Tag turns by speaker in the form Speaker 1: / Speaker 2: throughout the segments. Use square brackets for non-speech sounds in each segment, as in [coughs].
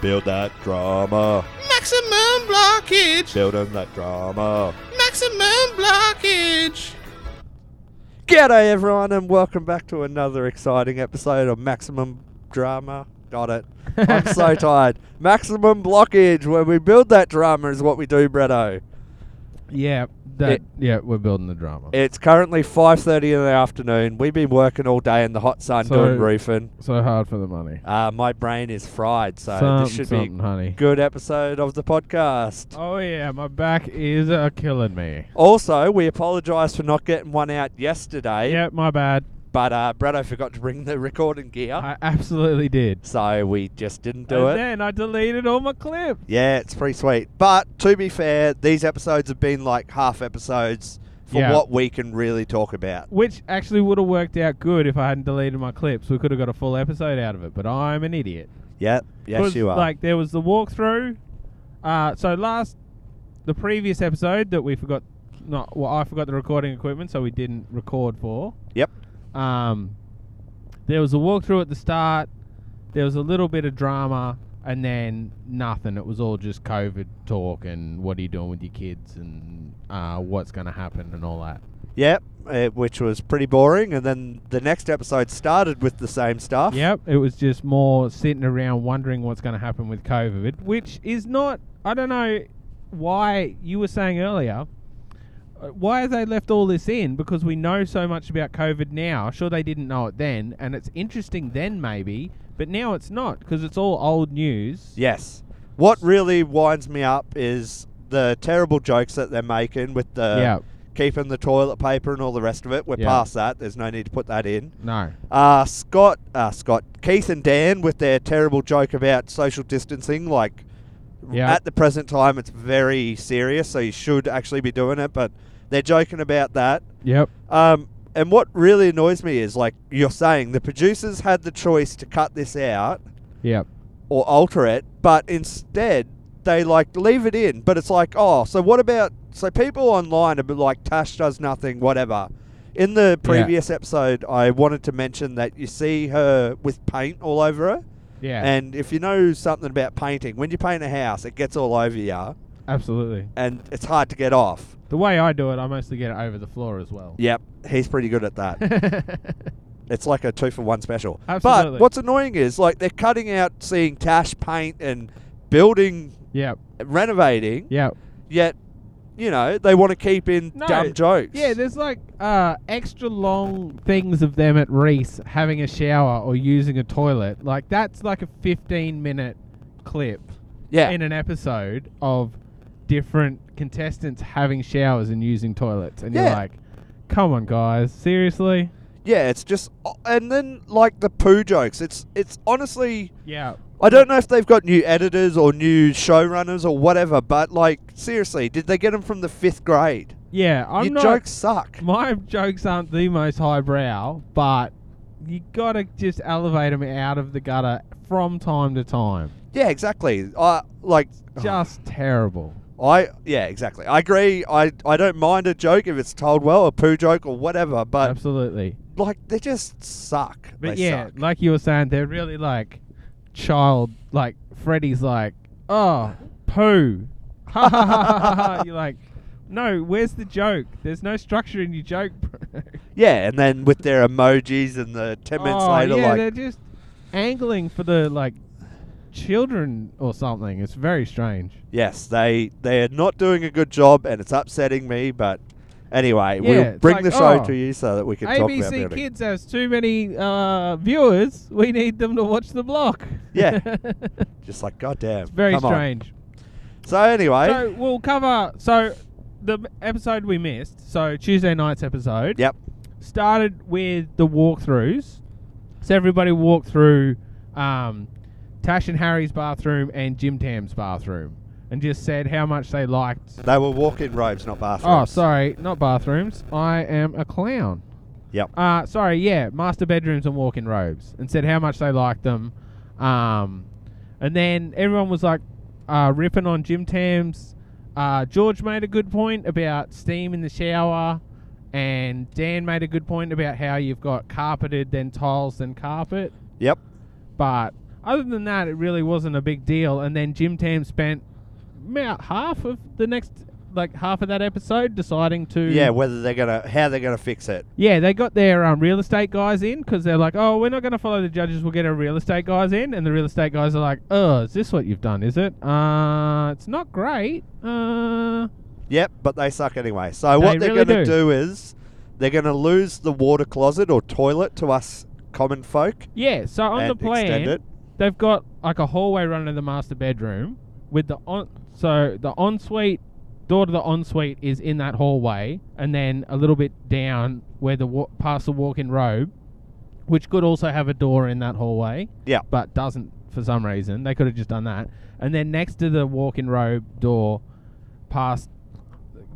Speaker 1: Build that drama.
Speaker 2: Maximum blockage.
Speaker 1: Build on that drama.
Speaker 2: Maximum blockage.
Speaker 3: G'day everyone and welcome back to another exciting episode of Maximum Drama. Got it. I'm
Speaker 4: [laughs]
Speaker 3: so tired. Maximum blockage where we build that drama is what we do, Bretto.
Speaker 4: Yeah, that.
Speaker 3: It-
Speaker 4: yeah, we're building the drama.
Speaker 3: It's currently 5:30 in the afternoon. We've been working all day in the hot sun
Speaker 4: So-
Speaker 3: doing roofing.
Speaker 4: so hard for the money.
Speaker 3: Uh, my brain is fried, so this
Speaker 4: something,
Speaker 3: should
Speaker 4: something, honey.
Speaker 3: be a good episode of the podcast.
Speaker 4: Oh yeah, my back is uh, killing me.
Speaker 3: Also, we apologise for not getting one out yesterday,
Speaker 4: Yeah, my bad.
Speaker 3: but uh, Bretto forgot to bring the recording gear,
Speaker 4: I absolutely did.
Speaker 3: so we just didn't do
Speaker 4: and
Speaker 3: it.
Speaker 4: then I deleted all my clips.
Speaker 3: Yeah, it's pretty sweet. But to be fair, these episodes have been like half episodes for
Speaker 4: Yeah.
Speaker 3: what we can really talk about.
Speaker 4: Which actually would have worked out good if I hadn't deleted my clips. We could have got a full episode out of it, but I'm an idiot.
Speaker 3: Yep, yes,
Speaker 4: 'Cause,
Speaker 3: you are.
Speaker 4: Like there was the walkthrough. Uh, so last, the previous episode that we forgot, not well, I forgot the recording equipment, so we didn't record for.
Speaker 3: Yep.
Speaker 4: Um, there was a walkthrough at the start. There was a little bit of drama, and then nothing. It was all just COVID talk and what are you doing with your kids and uh, what's going to happen and all that.
Speaker 3: Yep, uh, which was pretty boring. And then the next episode started with the same stuff.
Speaker 4: Yep, it was just more sitting around wondering what's going to happen with COVID, which is not. I don't know why you were saying earlier. uh, Why have they left all this in? Because we know so much about COVID now. Sure, they didn't know it then, and it's interesting then maybe, but now it's not because it's all old news.
Speaker 3: Yes. What really winds me up is the terrible jokes that they're making with the
Speaker 4: yeah.
Speaker 3: keeping the toilet paper and all the rest of it. We're
Speaker 4: Yeah.
Speaker 3: past that. There's no need to put that in.
Speaker 4: No.
Speaker 3: Uh, Scott, uh, Scott, Keith, and Dan with their terrible joke about social distancing. Like
Speaker 4: Yeah.
Speaker 3: at the present time, it's very serious, so you should actually be doing it. But they're joking about that.
Speaker 4: Yep.
Speaker 3: Um, and what really annoys me is like you're saying the producers had the choice to cut this out
Speaker 4: Yep.
Speaker 3: or alter it, but instead they like leave it in. But it's like, oh, so what about? So people online are like, Tash does nothing, whatever. In the previous episode, I wanted to mention that you see her with paint all over her.
Speaker 4: Yeah.
Speaker 3: And if you know something about painting, when you paint a house, it gets all over you
Speaker 4: absolutely.
Speaker 3: and it's hard to get off.
Speaker 4: The way I do it, I mostly get it over the floor as well.
Speaker 3: Yep, he's pretty good at
Speaker 4: [laughs]
Speaker 3: that. It's like a two for one special.
Speaker 4: Absolutely.
Speaker 3: But what's annoying is like they're cutting out seeing Tash paint and building,
Speaker 4: yep.
Speaker 3: renovating.
Speaker 4: Yep.
Speaker 3: yet you know they want to keep in
Speaker 4: No.
Speaker 3: dumb jokes.
Speaker 4: Yeah, there's like uh, extra long things of them at Reese having a shower or using a toilet. Like that's like a 15 minute clip
Speaker 3: yeah,
Speaker 4: in an episode of different contestants having showers and using toilets, and you're
Speaker 3: Yeah.
Speaker 4: like, "Come on, guys, seriously?"
Speaker 3: yeah. It's just and then like the poo jokes. It's it's honestly
Speaker 4: Yeah,
Speaker 3: I don't know if they've got new editors or new showrunners or whatever, but like seriously, did they get them from the fifth grade?
Speaker 4: yeah. I'm
Speaker 3: Your
Speaker 4: not.
Speaker 3: jokes suck.
Speaker 4: [laughs] My jokes aren't the most highbrow, but you gotta just elevate them out of the gutter from time to time.
Speaker 3: Yeah, exactly. I like
Speaker 4: Just terrible.
Speaker 3: [sighs] I yeah exactly. I agree. I I don't mind a joke if it's told well, a poo joke or whatever, but
Speaker 4: Absolutely.
Speaker 3: like they just suck.
Speaker 4: But
Speaker 3: They
Speaker 4: yeah,
Speaker 3: suck.
Speaker 4: like you were saying, they're really like child. Like Freddy's like, oh, poo. [laughs] Ha, ha, ha, ha, ha." You're like, no, where's the joke? There's no structure in your joke.
Speaker 3: [laughs]
Speaker 4: bro."
Speaker 3: yeah, and then with their emojis and the ten minutes
Speaker 4: Oh,
Speaker 3: later,
Speaker 4: yeah,
Speaker 3: like
Speaker 4: they're just angling for the like children or something. It's very strange.
Speaker 3: Yes, they they are not doing a good job, and it's upsetting me. But anyway,
Speaker 4: Yeah,
Speaker 3: we'll
Speaker 4: it's
Speaker 3: bring
Speaker 4: like,
Speaker 3: the show
Speaker 4: oh,
Speaker 3: to you so that we can talk about
Speaker 4: ABC
Speaker 3: building.
Speaker 4: Kids has too many uh, viewers. We need them to watch the block.
Speaker 3: Yeah.
Speaker 4: it's
Speaker 3: Just like goddamn,
Speaker 4: [laughs] very
Speaker 3: come on.
Speaker 4: strange.
Speaker 3: So anyway,
Speaker 4: So we'll cover. So the m- episode we missed, so Tuesday night's episode,
Speaker 3: yep,
Speaker 4: started with the walkthroughs. So everybody walked through um, Tash and Harry's bathroom and Jim Tam's bathroom, and just said how much they liked.
Speaker 3: they were walk-in robes, not
Speaker 4: Oh,
Speaker 3: bathrooms.
Speaker 4: sorry, not bathrooms. I am a clown.
Speaker 3: Yep.
Speaker 4: Uh, sorry, yeah, master bedrooms and walk-in robes, and said how much they liked them. Um, and then everyone was like uh, ripping on Jim Tams. Uh, George made a good point about steam in the shower, and Dan made a good point about how you've got carpeted, then tiles, then carpet.
Speaker 3: Yep.
Speaker 4: But Other than that, it really wasn't a big deal. And then Jim Tam spent about half of the next, like half of that episode, deciding to
Speaker 3: Yeah, whether they're gonna how they're gonna fix it.
Speaker 4: yeah, they got their um, real estate guys in because they're like, oh, we're not going to follow the judges. We'll get our real estate guys in. And the real estate guys are like, oh, is this what you've done? Is it? Uh, it's not great. Uh,
Speaker 3: Yep, but they suck anyway. So what
Speaker 4: They
Speaker 3: they're
Speaker 4: really
Speaker 3: gonna
Speaker 4: do.
Speaker 3: do is they're gonna lose the water closet or toilet to us common folk.
Speaker 4: yeah. So on the
Speaker 3: And extend
Speaker 4: plan,
Speaker 3: it.
Speaker 4: they've got like a hallway running to the master bedroom with the on. So the ensuite door to the ensuite is in that hallway, and then a little bit down where the wa- past the walk-in robe, which could also have a door in that hallway.
Speaker 3: Yeah.
Speaker 4: but doesn't for some reason. They could have just done that. And then next to the walk-in robe door, past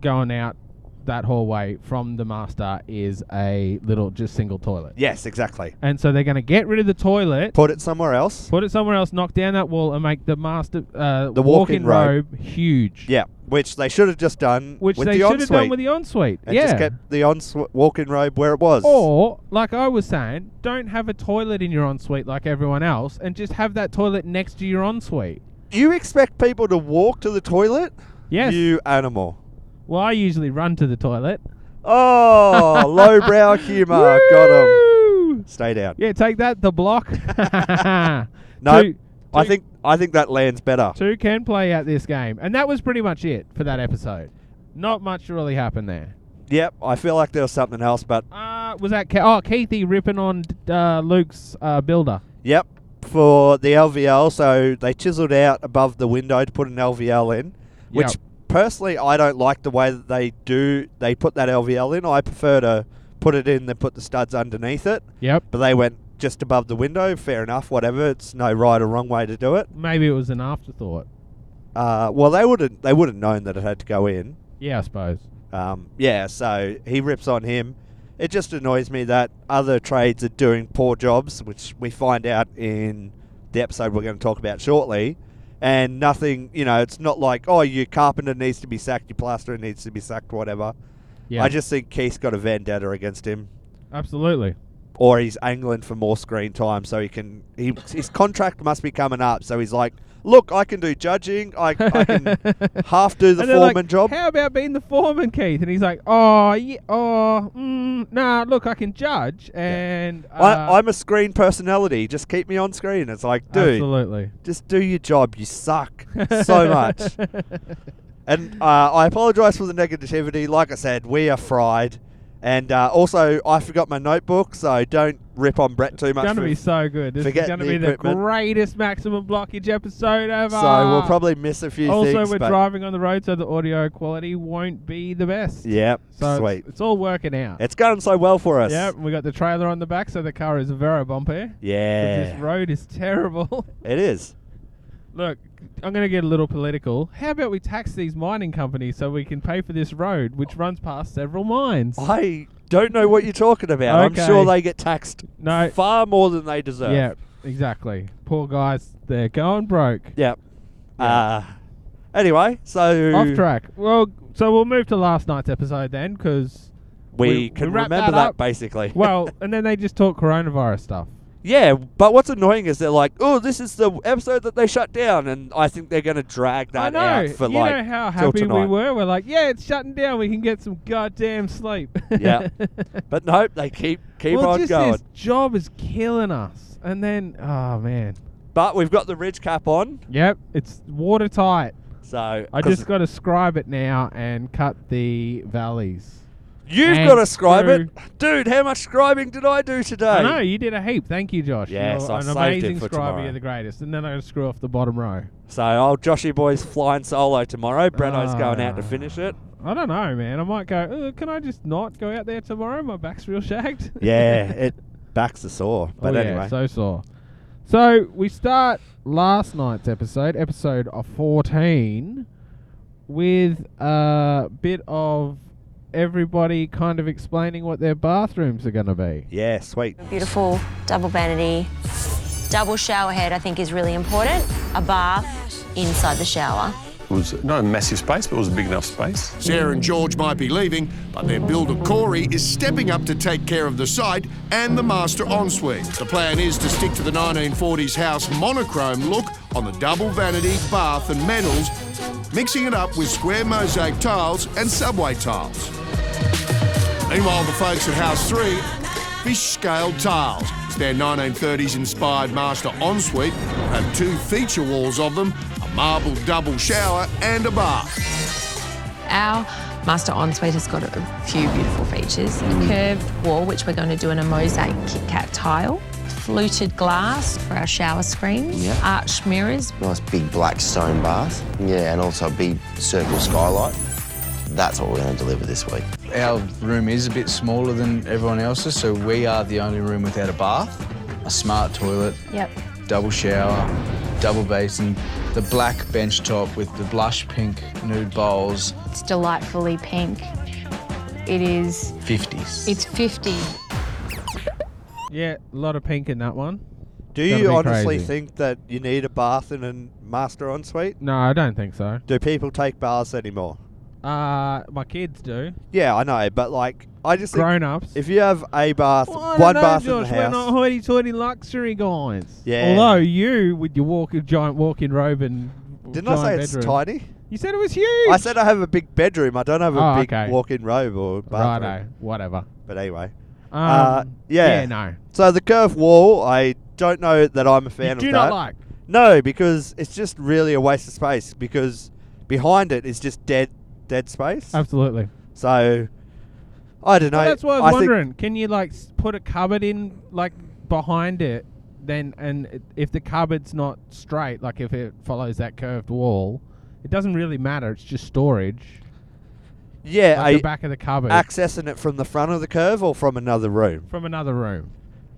Speaker 4: going out that hallway from the master is a little just single toilet.
Speaker 3: Yes, exactly.
Speaker 4: And so they're going to get rid of the toilet,
Speaker 3: Put it somewhere else.
Speaker 4: put it somewhere else, knock down that wall, and make the master uh,
Speaker 3: The walk-in
Speaker 4: walk-in, robe, huge.
Speaker 3: Yeah, which they should have just done
Speaker 4: Which
Speaker 3: with
Speaker 4: they
Speaker 3: the
Speaker 4: should have
Speaker 3: ensuite.
Speaker 4: done with the ensuite.
Speaker 3: and
Speaker 4: yeah. Oh.
Speaker 3: just kept the ensuite walk-in robe where it was.
Speaker 4: Or, like I was saying, don't have a toilet in your ensuite like everyone else, and just have that toilet next to your ensuite.
Speaker 3: You expect people to walk to the toilet?
Speaker 4: Yes.
Speaker 3: You
Speaker 4: [laughs]
Speaker 3: animal.
Speaker 4: Well, I usually run to the toilet.
Speaker 3: Oh, lowbrow humor. Got him.
Speaker 4: Woo!
Speaker 3: Stay down.
Speaker 4: Yeah, take that,
Speaker 3: [laughs]
Speaker 4: the block. [laughs]
Speaker 3: No,
Speaker 4: Two-
Speaker 3: I
Speaker 4: two-
Speaker 3: think I think that lands better.
Speaker 4: two can play out this game. And that was pretty much it for that episode. Not much really happened there.
Speaker 3: Yep, I feel like there was something else, but
Speaker 4: Uh, was that Ke- oh Keithy ripping on uh, Luke's uh, builder?
Speaker 3: yep. For the LVL, so they chiseled out above the window to put an LVL in, which
Speaker 4: Yep.
Speaker 3: personally I don't like the way that they do. They put that LVL in. I prefer to put it in than put the studs underneath it.
Speaker 4: Yep.
Speaker 3: But they went just above the window. Fair enough. Whatever. It's no right or wrong way to do it.
Speaker 4: Maybe it was an afterthought.
Speaker 3: Uh, well, they wouldn't. They would have known that it had to go in.
Speaker 4: Yeah, I suppose.
Speaker 3: Um, yeah, so he rips on him. It just annoys me that other trades are doing poor jobs, which we find out in the episode we're going to talk about shortly. And nothing, you know, it's not like, oh, your carpenter needs to be sacked, your plasterer needs to be sacked, whatever.
Speaker 4: Yeah.
Speaker 3: I just think Keith's got a vendetta against him,
Speaker 4: absolutely.
Speaker 3: or he's angling for more screen time so he can. He, his contract must be coming up, so he's like, look, I can do judging, I, I
Speaker 4: [laughs]
Speaker 3: can half do the
Speaker 4: And they're like,
Speaker 3: foreman job.
Speaker 4: How about being the foreman, Keith? And he's like, oh, yeah, oh, mm, nah. Look, I can judge, and uh,
Speaker 3: I, I'm a screen personality. Just keep me on screen. It's like, dude,
Speaker 4: absolutely.
Speaker 3: just do your job. You
Speaker 4: [laughs]
Speaker 3: suck so much. And uh, I apologize for the negativity. Like I said, we are fried. And uh, also, I forgot my notebook, so don't rip on Brett too
Speaker 4: It's
Speaker 3: much.
Speaker 4: going to
Speaker 3: for-
Speaker 4: be so good. This is
Speaker 3: forget
Speaker 4: going to
Speaker 3: the
Speaker 4: be the
Speaker 3: equipment.
Speaker 4: greatest maximum blockage episode ever.
Speaker 3: so we'll probably miss a few
Speaker 4: also
Speaker 3: things.
Speaker 4: we're
Speaker 3: but
Speaker 4: driving on the road, so the audio quality won't be the best.
Speaker 3: Yeah,
Speaker 4: so
Speaker 3: sweet.
Speaker 4: It's, it's all working out.
Speaker 3: It's going so well for us.
Speaker 4: yeah, we got the trailer on the back, so the car is very bumpy. 'cause This
Speaker 3: Yeah,
Speaker 4: road is terrible. [laughs]
Speaker 3: it is.
Speaker 4: Look, I'm going to get a little political. How about we tax these mining companies so we can pay for this road, which runs past several mines?
Speaker 3: I don't know what you're talking about.
Speaker 4: Okay.
Speaker 3: I'm sure they get taxed
Speaker 4: No.
Speaker 3: far more than they deserve.
Speaker 4: Yeah, exactly. Poor guys, they're going broke.
Speaker 3: Yep. Uh, anyway, so
Speaker 4: Off track. Well, so we'll move to last night's episode then, because
Speaker 3: We,
Speaker 4: We-
Speaker 3: can
Speaker 4: we wrap
Speaker 3: remember that,
Speaker 4: that up.
Speaker 3: basically. [laughs]
Speaker 4: well, and then they just talk coronavirus stuff.
Speaker 3: yeah, but what's annoying is they're like, "Oh, this is the episode that they shut down," and I think they're going to drag
Speaker 4: I
Speaker 3: that
Speaker 4: know.
Speaker 3: out for
Speaker 4: you
Speaker 3: like
Speaker 4: know how
Speaker 3: till
Speaker 4: happy
Speaker 3: tonight.
Speaker 4: we were. We're like, yeah, it's shutting down. We can get some goddamn sleep. [laughs]
Speaker 3: Yeah. But nope, they keep keep
Speaker 4: well,
Speaker 3: on
Speaker 4: just
Speaker 3: going.
Speaker 4: this job is killing us. And then, oh man.
Speaker 3: But we've got the ridge cap on,
Speaker 4: Yep, it's watertight.
Speaker 3: so
Speaker 4: I
Speaker 3: 'cause
Speaker 4: just got to scribe it now and cut the valleys.
Speaker 3: you've
Speaker 4: and
Speaker 3: got to scribe
Speaker 4: through-
Speaker 3: it, dude. How much scribing did I do today?
Speaker 4: I know you did a heap. Thank you, Josh.
Speaker 3: Yes,
Speaker 4: You're
Speaker 3: I
Speaker 4: an
Speaker 3: saved it
Speaker 4: amazing
Speaker 3: for
Speaker 4: scriber.
Speaker 3: tomorrow.
Speaker 4: You're the greatest. And then I screw off the bottom row.
Speaker 3: So, old Joshy boy's flying solo tomorrow. Brenno's going out to
Speaker 4: Ah.
Speaker 3: finish it.
Speaker 4: I don't know, man. I might go. "Uh, Can I just not go out there tomorrow? My back's real shagged.
Speaker 3: [laughs] Yeah,
Speaker 4: [laughs]
Speaker 3: it backs the sore. But
Speaker 4: oh,
Speaker 3: anyway,
Speaker 4: yeah, so sore. So we start last night's episode, episode of fourteen, with a bit of everybody kind of explaining what their bathrooms are going to be.
Speaker 3: yeah, sweet.
Speaker 5: Beautiful double vanity, double shower head, I think is really important. A bath inside the shower.
Speaker 6: It was not a massive space, but it was a big enough space.
Speaker 7: Sarah and George might be leaving, but their builder Corey is stepping up to take care of the site and the master ensuite. The plan is to stick to the 1940s house monochrome look on the double vanity, bath, and medals, mixing it up with square mosaic tiles and subway tiles. Meanwhile, the folks at House 3, fish scale tiles. It's their 1930s inspired master ensuite. Have two feature walls of them, a marble double shower, and a bath.
Speaker 8: Our master ensuite has got a few beautiful features. A curved wall, which we're going to do in a mosaic Kit Kat tile. Fluted glass for our shower screens.
Speaker 9: Yeah.
Speaker 8: Arch mirrors.
Speaker 9: Nice big black stone bath. Yeah, and also a big circle skylight. That's what we're going to deliver this week.
Speaker 10: Our room is a bit smaller than everyone else's, so we are the only room without a bath, a smart toilet,
Speaker 5: Yep.
Speaker 10: double shower, double basin, the black bench top with the blush pink nude bowls.
Speaker 11: It's delightfully pink. It is,
Speaker 10: 50s.
Speaker 11: it's 50.
Speaker 4: Yeah, a lot of pink in that one.
Speaker 3: Do
Speaker 4: Gotta
Speaker 3: you
Speaker 4: be
Speaker 3: honestly
Speaker 4: crazy.
Speaker 3: think that you need a bath in a master ensuite?
Speaker 4: No, I don't think so.
Speaker 3: Do people take baths anymore?
Speaker 4: Uh, my kids do.
Speaker 3: Yeah, I know, but like, I just think
Speaker 4: Grown ups.
Speaker 3: if you have a bath,
Speaker 4: Well, Oh, I
Speaker 3: one
Speaker 4: don't know,
Speaker 3: bath
Speaker 4: Josh,
Speaker 3: in the
Speaker 4: We're
Speaker 3: house.
Speaker 4: not hoity-toity luxury guys.
Speaker 3: Yeah.
Speaker 4: Although you, with your walk, your giant walk-in robe and
Speaker 3: Didn't I
Speaker 4: giant
Speaker 3: say it's
Speaker 4: bedroom.
Speaker 3: tiny?
Speaker 4: You said it was huge.
Speaker 3: I said I have a big bedroom. I don't have a
Speaker 4: Oh,
Speaker 3: big
Speaker 4: okay.
Speaker 3: walk-in robe or bathroom.
Speaker 4: righto, whatever.
Speaker 3: But anyway,
Speaker 4: Um,
Speaker 3: Uh, yeah.
Speaker 4: no.
Speaker 3: so the curved wall, I don't know that I'm a fan
Speaker 4: You
Speaker 3: of
Speaker 4: do
Speaker 3: that.
Speaker 4: not like.
Speaker 3: No, because it's just really a waste of space because behind it is just dead, dead space.
Speaker 4: Absolutely.
Speaker 3: so I don't know.
Speaker 4: Well, that's what I was
Speaker 3: I think-
Speaker 4: wondering. Can you like s- put a cupboard in like behind it? Then and i- if the cupboard's not straight, like if it follows that curved wall, it doesn't really matter. It's just storage.
Speaker 3: yeah,
Speaker 4: Like
Speaker 3: I-
Speaker 4: the back of the cupboard
Speaker 3: accessing it from the front of the curve or from another room.
Speaker 4: from another room.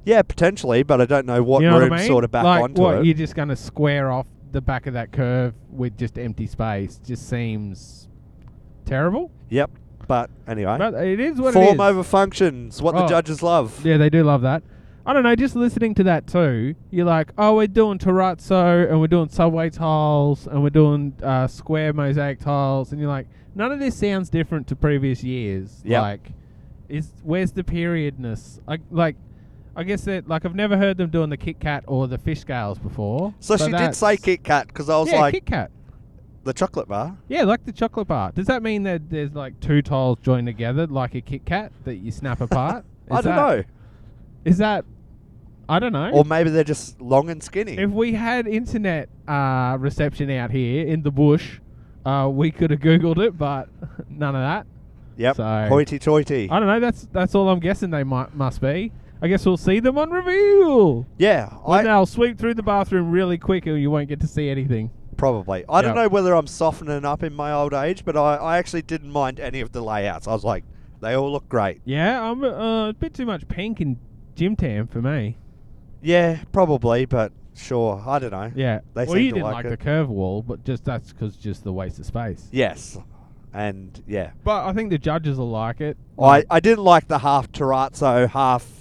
Speaker 3: Yeah, potentially, but I don't know what
Speaker 4: you know
Speaker 3: room
Speaker 4: what I mean?
Speaker 3: sort of back
Speaker 4: like
Speaker 3: onto
Speaker 4: what,
Speaker 3: it.
Speaker 4: You're just gonna square off the back of that curve with just empty space. Just seems terrible.
Speaker 3: yep. But anyway,
Speaker 4: But it is what it is.
Speaker 3: form over functions, what the
Speaker 4: Oh.
Speaker 3: judges love.
Speaker 4: Yeah, they do love that. I don't know, just listening to that too, you're like, oh, we're doing terrazzo and we're doing subway tiles and we're doing uh, square mosaic tiles. And you're like, none of this sounds different to previous years.
Speaker 3: Yep.
Speaker 4: Like, is where's the periodness? I, like, I guess that, like, I've never heard them doing the Kit Kat or the fish scales before.
Speaker 3: So
Speaker 4: but
Speaker 3: she did say
Speaker 4: that's-
Speaker 3: Kit Kat because I was
Speaker 4: Yeah,
Speaker 3: like
Speaker 4: Kit Kat.
Speaker 3: the chocolate bar.
Speaker 4: Yeah, like the chocolate bar. Does that mean that there's like two tiles joined together, like a Kit Kat that you snap apart?
Speaker 3: [laughs] I
Speaker 4: Is
Speaker 3: don't
Speaker 4: that-
Speaker 3: know,
Speaker 4: Is that. I don't know.
Speaker 3: or maybe they're just long and skinny.
Speaker 4: If we had internet uh, reception out here in the bush, uh, we could have googled it, but [laughs] none of that.
Speaker 3: yep,
Speaker 4: so-
Speaker 3: hoity-toity.
Speaker 4: I don't know. That's that's all I'm guessing they might must be. I guess we'll see them on reveal.
Speaker 3: yeah,
Speaker 4: I,
Speaker 3: I
Speaker 4: they'll sweep through the bathroom really quick, and you won't get to see anything.
Speaker 3: probably. I don't
Speaker 4: Yeah.
Speaker 3: know whether I'm softening up in my old age, but I, I actually didn't mind any of the layouts. I was like, they all look great.
Speaker 4: Yeah, I'm uh, a bit too much pink and gym tan for me.
Speaker 3: Yeah, probably, but sure, I don't know.
Speaker 4: Yeah.
Speaker 3: They
Speaker 4: well,
Speaker 3: seem
Speaker 4: you
Speaker 3: to
Speaker 4: didn't
Speaker 3: like
Speaker 4: like,
Speaker 3: it.
Speaker 4: the curve wall, but just that's because just the waste of space.
Speaker 3: Yes, and yeah,
Speaker 4: But I think the judges will like it.
Speaker 3: I, I didn't like the half terrazzo, half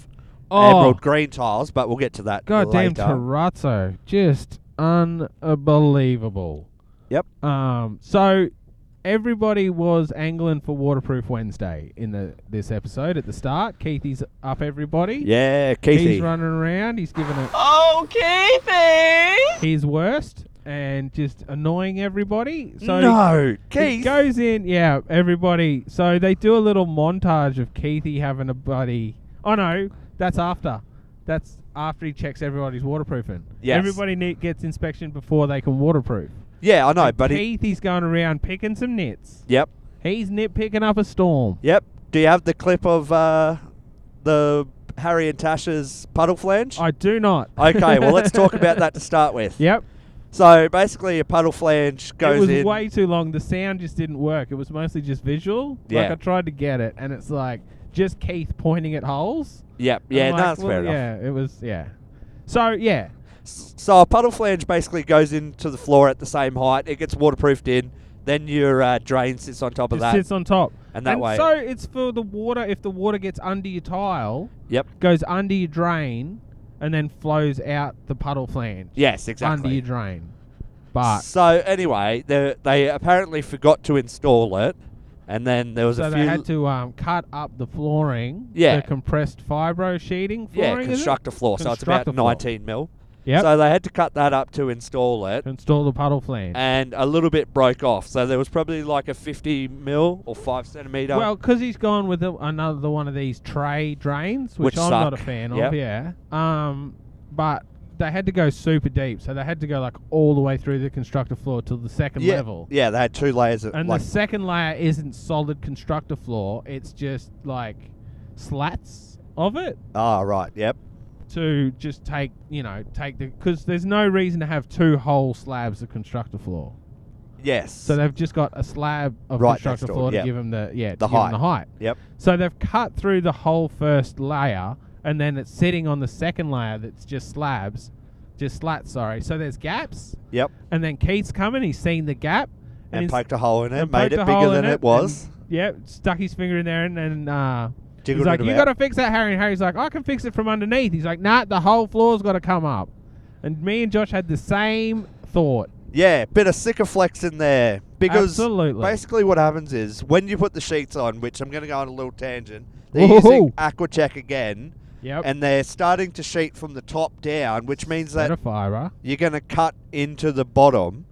Speaker 4: Oh.
Speaker 3: emerald green tiles, but we'll get to that.
Speaker 4: Goddamn
Speaker 3: later.
Speaker 4: Tarazzo. Just unbelievable.
Speaker 3: Yep.
Speaker 4: Um so everybody was angling for waterproof Wednesday in the this episode at the start. Keithy's up everybody.
Speaker 3: Yeah,
Speaker 4: He's
Speaker 3: Keithy.
Speaker 4: running around, he's giving it
Speaker 8: Oh, Keithy!
Speaker 4: his worst and just annoying everybody. So
Speaker 3: no,
Speaker 4: He
Speaker 3: Keith.
Speaker 4: goes in, yeah, everybody. So they do a little montage of Keithy having a buddy. Oh no, that's after. That's after he checks everybody's waterproofing.
Speaker 3: Yes.
Speaker 4: Everybody need, gets inspection before they can waterproof.
Speaker 3: Yeah, I know, but he.
Speaker 4: Keithy's going around picking some nits.
Speaker 3: Yep,
Speaker 4: He's nitpicking up a storm.
Speaker 3: yep. Do you have the clip of uh, the Harry and Tasha's puddle flange?
Speaker 4: I do not.
Speaker 3: okay, well, let's talk about that to start with.
Speaker 4: [laughs] Yep.
Speaker 3: So basically, a puddle flange goes
Speaker 4: it was
Speaker 3: in.
Speaker 4: way too long. The sound just didn't work. It was mostly just visual. Like
Speaker 3: Yeah.
Speaker 4: I tried to get it, and it's like just Keith pointing at holes.
Speaker 3: yep, yeah,
Speaker 4: I'm
Speaker 3: no,
Speaker 4: like,
Speaker 3: that's
Speaker 4: well,
Speaker 3: fair enough.
Speaker 4: Yeah, it was. Yeah. So yeah,
Speaker 3: So a puddle flange basically goes into the floor at the same height. It gets waterproofed in. Then your uh, drain sits on top of
Speaker 4: just
Speaker 3: that.
Speaker 4: sits on top.
Speaker 3: And that way-
Speaker 4: so it's for the water. If the water gets under your tile,
Speaker 3: Yep.
Speaker 4: goes under your drain, and then flows out the puddle flange
Speaker 3: Yes,
Speaker 4: under your
Speaker 3: exactly.
Speaker 4: drain. But
Speaker 3: So anyway, they they apparently forgot to install it, and then there was
Speaker 4: so
Speaker 3: a
Speaker 4: they
Speaker 3: few.
Speaker 4: had to um, cut up the flooring.
Speaker 3: Yeah.
Speaker 4: The compressed fibro sheeting
Speaker 3: yeah,
Speaker 4: flooring. is it?
Speaker 3: constructor floor. So it's about
Speaker 4: Constructor floor.
Speaker 3: 19 mil.
Speaker 4: Yep.
Speaker 3: So they had to cut that up to install it,
Speaker 4: To install the puddle flange.
Speaker 3: and a little bit broke off. So there was probably like a 50 mil or five centimeter.
Speaker 4: Well, because he's gone with a, another one of these tray drains, which,
Speaker 3: Which
Speaker 4: I'm not a
Speaker 3: suck.
Speaker 4: fan of.
Speaker 3: Yep.
Speaker 4: Yeah. Um, but they had to go super deep, so they had to go like all the way through the constructor floor to the second
Speaker 3: yeah,
Speaker 4: level.
Speaker 3: yeah, they had two layers of
Speaker 4: And
Speaker 3: like
Speaker 4: the second layer isn't solid constructor floor; it's just like slats of it
Speaker 3: ah right, yep,
Speaker 4: to just take you know take the because there's no reason to have two whole slabs of constructor floor.
Speaker 3: yes,
Speaker 4: So they've just got a slab of
Speaker 3: Right next
Speaker 4: constructor
Speaker 3: door,
Speaker 4: floor to
Speaker 3: yeah.
Speaker 4: give them the yeah to
Speaker 3: The
Speaker 4: give 'em
Speaker 3: height.
Speaker 4: the height.
Speaker 3: yep,
Speaker 4: So they've cut through the whole first layer, and then it's sitting on the second layer that's just slabs, just slats. Sorry. So there's gaps,
Speaker 3: yep,
Speaker 4: and then Keith's coming. He's seen the gap,
Speaker 3: and,
Speaker 4: he's-
Speaker 3: poked a hole in it,
Speaker 4: and
Speaker 3: made
Speaker 4: poked
Speaker 3: it
Speaker 4: a
Speaker 3: bigger
Speaker 4: hole in
Speaker 3: than it was.
Speaker 4: and- Yep, stuck his finger in there, and then uh, he's
Speaker 3: Jiggled
Speaker 4: like,
Speaker 3: it
Speaker 4: "You
Speaker 3: about."
Speaker 4: got to fix that, Harry." And Harry's like, "I can fix it from underneath." He's like, "Nah, the whole floor's got to come up." And me and Josh had the same thought.
Speaker 3: Yeah, bit of sycophlex in there because
Speaker 4: Absolutely.
Speaker 3: basically what happens is when you put the sheets on, which I'm going to go on a little tangent, they're using
Speaker 4: Woohoo.
Speaker 3: AquaCheck again,
Speaker 4: Yep.
Speaker 3: and they're starting to sheet from the top down, which means that
Speaker 4: Better fiber.
Speaker 3: you're going to cut into the bottom,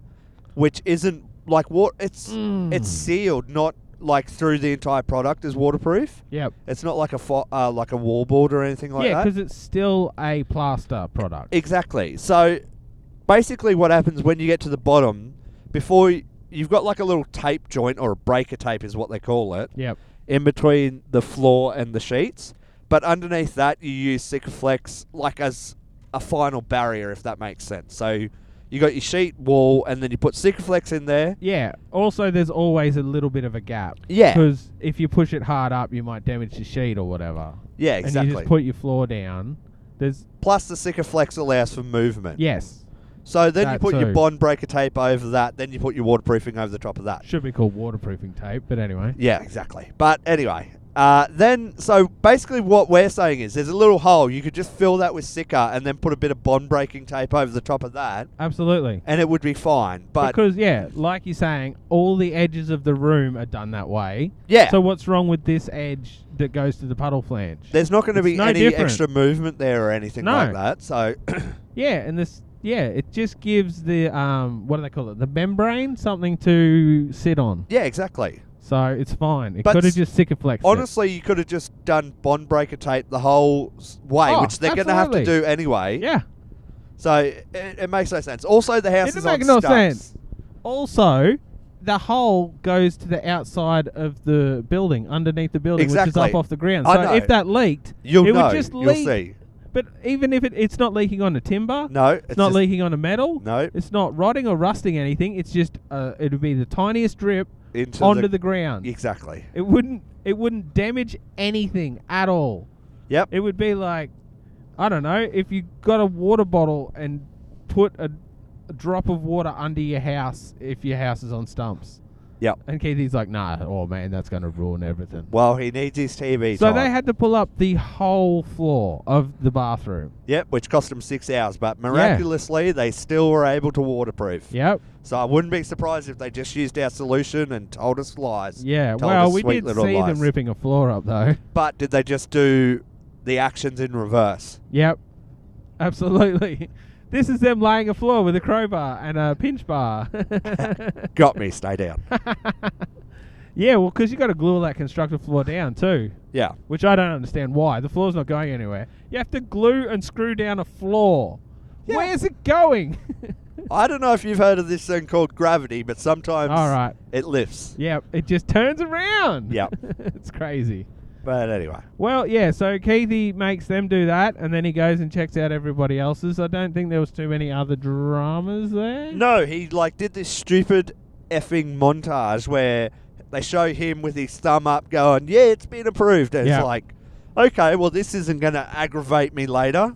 Speaker 3: which isn't like what it's
Speaker 4: Mm.
Speaker 3: it's sealed, not like through the entire product is waterproof.
Speaker 4: Yep.
Speaker 3: It's not like a fo- uh, like a wallboard or anything like
Speaker 4: yeah,
Speaker 3: that.
Speaker 4: because it's still a plaster product.
Speaker 3: Exactly. So basically, what happens when you get to the bottom, before y- you've got like a little tape joint or a breaker tape, is what they call it,
Speaker 4: yep.
Speaker 3: in between the floor and the sheets. But underneath that, you use Sikaflex like as a final barrier, if that makes sense. So you got your sheet wall, and then you put Sikaflex in there.
Speaker 4: Yeah. Also, there's always a little bit of a gap.
Speaker 3: Yeah.
Speaker 4: Because if you push it hard up, you might damage the sheet or whatever.
Speaker 3: Yeah,
Speaker 4: And
Speaker 3: exactly.
Speaker 4: you just put your floor down. There's
Speaker 3: Plus, the Sikaflex allows for movement.
Speaker 4: yes,
Speaker 3: So then you
Speaker 4: That
Speaker 3: put your
Speaker 4: too.
Speaker 3: bond breaker tape over that. Then you put your waterproofing over the top of that.
Speaker 4: should be called waterproofing tape, but anyway.
Speaker 3: Yeah, exactly. But anyway, uh, then so basically what we're saying is there's a little hole. You could just fill that with Sika and then put a bit of bond breaking tape over the top of that,
Speaker 4: Absolutely.
Speaker 3: and it would be fine. But
Speaker 4: because yeah, like you're saying, all the edges of the room are done that way.
Speaker 3: Yeah.
Speaker 4: So what's wrong with this edge that goes to the puddle flange?
Speaker 3: there's not going to
Speaker 4: it's
Speaker 3: be
Speaker 4: no
Speaker 3: any
Speaker 4: different.
Speaker 3: extra movement there or anything
Speaker 4: No.
Speaker 3: like that. So [coughs]
Speaker 4: yeah, and this yeah, it just gives the um what do they call it? The membrane something to sit on.
Speaker 3: yeah, exactly.
Speaker 4: So it's fine. It
Speaker 3: But
Speaker 4: could have
Speaker 3: s-
Speaker 4: just sycophlex.
Speaker 3: Honestly, you could have just done bond breaker tape the whole s- way,
Speaker 4: Oh,
Speaker 3: which they're going to have to do
Speaker 4: absolutely.
Speaker 3: anyway.
Speaker 4: Yeah.
Speaker 3: So it, it makes no sense. Also, the house
Speaker 4: It
Speaker 3: is
Speaker 4: make
Speaker 3: on
Speaker 4: no
Speaker 3: stumps.
Speaker 4: sense. Also, the hole goes to the outside of the building, underneath the building, which
Speaker 3: Exactly.
Speaker 4: is up off the ground. So
Speaker 3: I know.
Speaker 4: if that leaked,
Speaker 3: You'll
Speaker 4: it
Speaker 3: know.
Speaker 4: would just
Speaker 3: You'll
Speaker 4: leak.
Speaker 3: see.
Speaker 4: But even if it, it's not leaking on the timber,
Speaker 3: No,
Speaker 4: it's, not
Speaker 3: just-
Speaker 4: leaking on the metal,
Speaker 3: No.
Speaker 4: it's not rotting or rusting anything. It's just uh, it would be the tiniest drip
Speaker 3: Into
Speaker 4: onto
Speaker 3: the-
Speaker 4: the, ground.
Speaker 3: Exactly.
Speaker 4: It wouldn't it wouldn't damage anything at all.
Speaker 3: Yep.
Speaker 4: It would be like, I don't know, if you got a water bottle and put a, a drop of water under your house if your house is on stumps.
Speaker 3: Yep.
Speaker 4: And Keithy's like, nah, oh man, that's going to ruin everything.
Speaker 3: Well, he needs his TV.
Speaker 4: So
Speaker 3: time.
Speaker 4: they had to pull up the whole floor of the bathroom.
Speaker 3: Yep, which cost them six hours, but miraculously they still were able to waterproof.
Speaker 4: Yep.
Speaker 3: So I wouldn't be surprised if they just used our solution and told us lies.
Speaker 4: Yeah.
Speaker 3: Told
Speaker 4: well,
Speaker 3: us
Speaker 4: we
Speaker 3: sweet
Speaker 4: did
Speaker 3: little
Speaker 4: see
Speaker 3: lies.
Speaker 4: them ripping a floor up though. [laughs]
Speaker 3: But did they just do the actions in
Speaker 4: [laughs]
Speaker 3: reverse?
Speaker 4: Yep. Absolutely. [laughs] This is them laying a floor with a crowbar and a pinch
Speaker 3: [laughs]
Speaker 4: bar. [laughs]
Speaker 3: Got me, stay down.
Speaker 4: yeah, well, because you got to glue all that constructive floor down too,
Speaker 3: yeah.
Speaker 4: which I don't understand why. The floor's not going anywhere. You have to glue and screw down a floor. Where's it going? [laughs]
Speaker 3: I don't know if you've heard of this thing called gravity, but sometimes
Speaker 4: all right.
Speaker 3: it lifts.
Speaker 4: Yeah, it just turns around.
Speaker 3: Yep.
Speaker 4: [laughs] it's crazy.
Speaker 3: But anyway.
Speaker 4: Well, yeah, so Keithy makes them do that, and then he goes and checks out everybody else's. I don't think there was too many other dramas there.
Speaker 3: No, he like did this stupid effing montage where they show him with his thumb up going, Yeah, it's been approved and
Speaker 4: Yeah.
Speaker 3: it's like, Okay, well this isn't gonna aggravate me
Speaker 4: [laughs]
Speaker 3: later.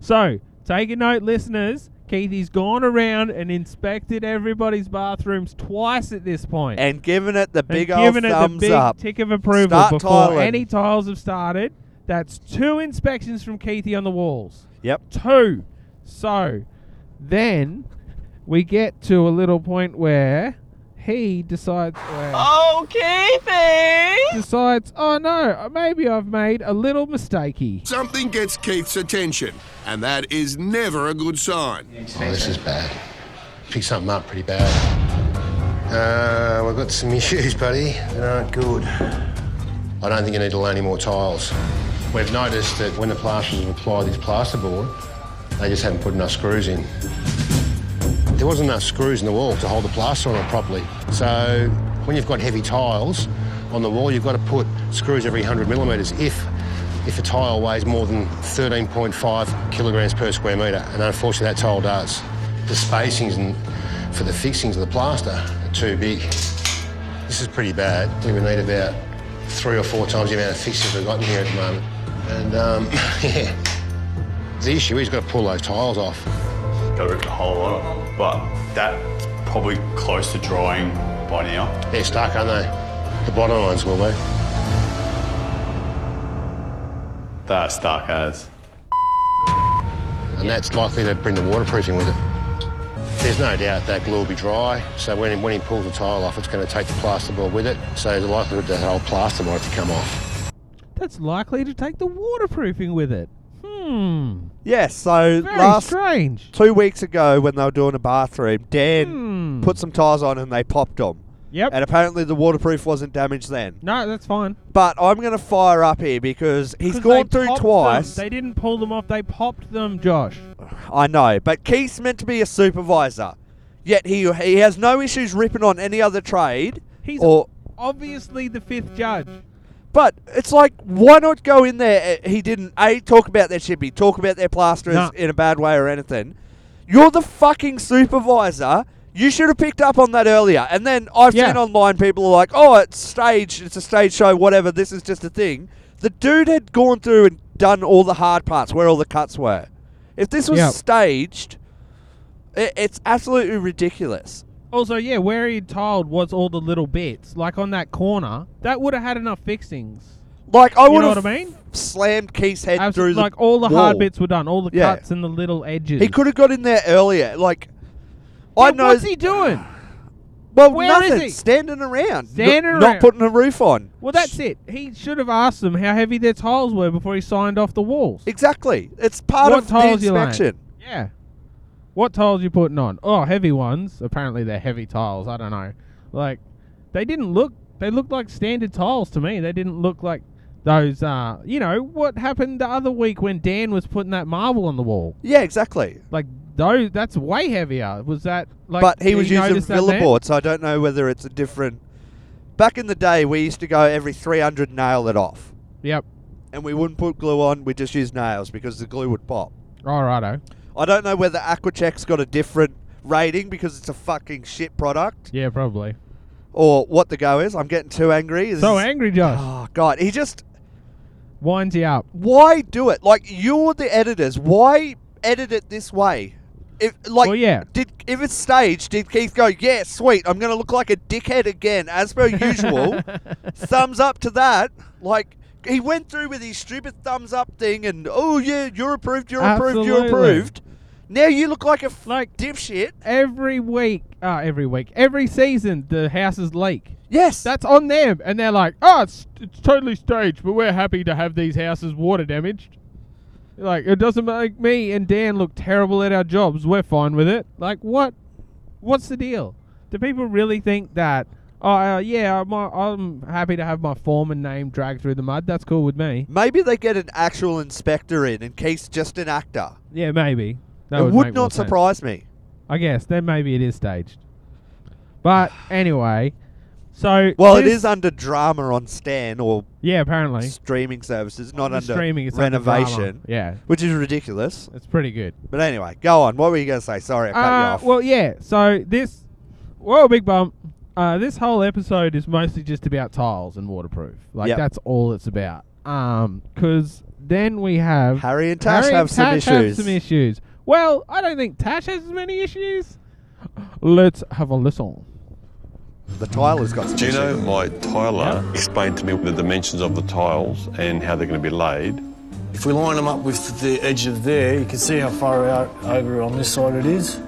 Speaker 4: so, take a note, listeners. Keithy's gone around and inspected everybody's bathrooms twice at this point.
Speaker 3: and giving it the
Speaker 4: And
Speaker 3: big old
Speaker 4: given it the
Speaker 3: thumbs
Speaker 4: big
Speaker 3: up.
Speaker 4: tick of approval
Speaker 3: Start
Speaker 4: before
Speaker 3: tiling.
Speaker 4: any tiles have started. That's two inspections from Keithy on the walls.
Speaker 3: Yep.
Speaker 4: Two. So, then we get to a little point where he decides.
Speaker 12: Oh, Keithy!
Speaker 4: Decides, oh no, maybe I've made a little mistakey.
Speaker 7: Something gets Keith's attention, and that is never a good sign.
Speaker 13: Oh, this is bad. Pick something up pretty bad. Uh, we've got some issues, buddy, that aren't good. I don't think you need to lay any more tiles. We've noticed that when the plasterers have applied this plasterboard, they just haven't put enough screws in. There wasn't enough screws in the wall to hold the plaster on it properly. So when you've got heavy tiles on the wall, you've got to put screws every 100 millimetres if if a tile weighs more than 13.5 kilograms per square metre, and unfortunately that tile does. The spacings and for the fixings of the plaster are too big. This is pretty bad. We would need about three or four times the amount of fixings we've got in here at the moment. And um, [laughs] yeah, the issue is you've got to pull those tiles off.
Speaker 14: Got to rip the whole lot off, but that's probably close to drawing by now.
Speaker 13: They're stuck, aren't they? The bottom ones will be.
Speaker 14: That's stuck as.
Speaker 13: and that's likely to bring the waterproofing with it. There's no doubt that glue will be dry, so when he, when he pulls the tile off, it's going to take the plasterboard with it, so there's a likelihood that whole plasterboard to come off.
Speaker 4: That's likely to take the waterproofing with it. Hmm.
Speaker 3: Yes, so
Speaker 4: Very
Speaker 3: last
Speaker 4: strange.
Speaker 3: two weeks ago when they were doing a bathroom, Dan put some tires on and they popped them.
Speaker 4: Hmm. Yep.
Speaker 3: And apparently the waterproof wasn't damaged then.
Speaker 4: No, that's fine.
Speaker 3: But I'm going to fire up here because he's
Speaker 4: 'Cause
Speaker 3: gone
Speaker 4: they
Speaker 3: through
Speaker 4: popped
Speaker 3: twice.
Speaker 4: them. They didn't pull them off. They popped them, Josh.
Speaker 3: I know, but Keith's meant to be a supervisor, yet he he has no issues ripping on any other trade.
Speaker 4: He's
Speaker 3: or
Speaker 4: obviously the fifth judge.
Speaker 3: but it's like why not go in there? uh, He didn't a talk about their chippy, talk about their plasterers
Speaker 4: Nah.
Speaker 3: in a bad way or anything. You're the fucking supervisor. You should have picked up on that earlier. And then I've seen online people are like, "Oh, it's staged. It's a stage show. Whatever. This is just a thing." The dude had gone through and done all the hard parts where all the cuts were. If this was
Speaker 4: Yep.
Speaker 3: staged, i it's absolutely ridiculous.
Speaker 4: Also, yeah, where he tiled was all the little bits, like on that corner. That would have had enough fixings.
Speaker 3: Like I
Speaker 4: You know
Speaker 3: would have
Speaker 4: what I mean?
Speaker 3: slammed Keith's head
Speaker 4: Abs-
Speaker 3: through the
Speaker 4: like all the hard
Speaker 3: wall.
Speaker 4: bits were done, all the
Speaker 3: Yeah.
Speaker 4: cuts and the little edges.
Speaker 3: He could have got in there earlier. Like I
Speaker 4: Yeah,
Speaker 3: know.
Speaker 4: what's he doing?
Speaker 3: Well,
Speaker 4: Where is
Speaker 3: nothing.
Speaker 4: he?
Speaker 3: Standing around. N-
Speaker 4: Standing
Speaker 3: Not
Speaker 4: around.
Speaker 3: putting a roof on.
Speaker 4: Well, that's it. He should have asked them how heavy their tiles were before he signed off the walls.
Speaker 3: Exactly. It's part
Speaker 4: What
Speaker 3: of the
Speaker 4: tiles you laying?
Speaker 3: inspection.
Speaker 4: Yeah. What tiles you putting on? Oh, heavy ones. Apparently they're heavy tiles. I don't know. Like they didn't look. They looked like standard tiles to me. They didn't look like those. Uh, you know what happened the other week when Dan was putting that marble on the wall?
Speaker 3: Yeah, exactly.
Speaker 4: Like those. That's way heavier. Was that like?
Speaker 3: but he
Speaker 4: did
Speaker 3: was
Speaker 4: you
Speaker 3: using
Speaker 4: notice that
Speaker 3: Villa
Speaker 4: then?
Speaker 3: board, so I don't know whether it's a different. Back in the day, we used to go every 300 nail it off.
Speaker 4: Yep.
Speaker 3: And we wouldn't put glue on, we just used nails because the glue would pop.
Speaker 4: Alrighto.
Speaker 3: I don't know whether Aquachek's got a different rating because it's a fucking shit product
Speaker 4: Yeah, probably.
Speaker 3: or what the go is. I'm getting too angry. This
Speaker 4: So
Speaker 3: is-
Speaker 4: angry, Josh.
Speaker 3: Oh god, he just
Speaker 4: winds you up.
Speaker 3: Why do it? Like you're the editors. Why edit it this way? If like
Speaker 4: Well, yeah.
Speaker 3: did if it's staged, did Keith go, Yeah, sweet, I'm gonna look like a dickhead again, as per
Speaker 4: [laughs]
Speaker 3: usual. thumbs up to that. Like he went through with his stupid thumbs up thing and oh yeah, you're approved, you're approved, you're
Speaker 4: Absolutely.
Speaker 3: approved. Now you look like a f-
Speaker 4: Like-
Speaker 3: dipshit.
Speaker 4: every week, uh, every week, every season, the houses leak.
Speaker 3: Yes,
Speaker 4: that's on them, and they're like, "Oh, it's, it's totally staged, but we're happy to have these houses water damaged." Like, it doesn't make me and Dan look terrible at our jobs. We're fine with it. Like, what? What's the deal? Do people really think that? Oh, uh, yeah, I'm, I'm happy to have my foreman name dragged through the mud. That's cool with me.
Speaker 3: Maybe they get an actual inspector in and Keith's just an actor.
Speaker 4: Yeah, maybe. That
Speaker 3: it
Speaker 4: would,
Speaker 3: would,
Speaker 4: make more
Speaker 3: not
Speaker 4: sense.
Speaker 3: surprise me.
Speaker 4: I guess then maybe it is staged. But anyway, so
Speaker 3: Well, it
Speaker 4: this-
Speaker 3: is under drama on Stan or
Speaker 4: yeah apparently
Speaker 3: streaming services, not
Speaker 4: Under
Speaker 3: under
Speaker 4: streaming, it's under drama.
Speaker 3: renovation.
Speaker 4: Yeah.
Speaker 3: which is ridiculous.
Speaker 4: It's pretty good.
Speaker 3: But anyway, go on. What were you going to say? Sorry, I cut you
Speaker 4: Uh,
Speaker 3: off.
Speaker 4: well, yeah. So this, whoa, big bump. Uh, this whole episode is mostly just about tiles and waterproof. Like
Speaker 3: Yep.
Speaker 4: that's all it's about. Um, because then we have
Speaker 3: Harry and Tash
Speaker 4: Harry
Speaker 3: have some
Speaker 4: Tash have
Speaker 3: issues.
Speaker 4: some issues. Well, I don't think Tash has as many issues. Let's have a listen.
Speaker 3: the tiler's got some
Speaker 6: Gino,
Speaker 3: issues.
Speaker 6: my tiler, explained to me the dimensions of the tiles and how they're going to be laid.
Speaker 15: If we line them up with the edge of there, you can see how far out over on this side it is.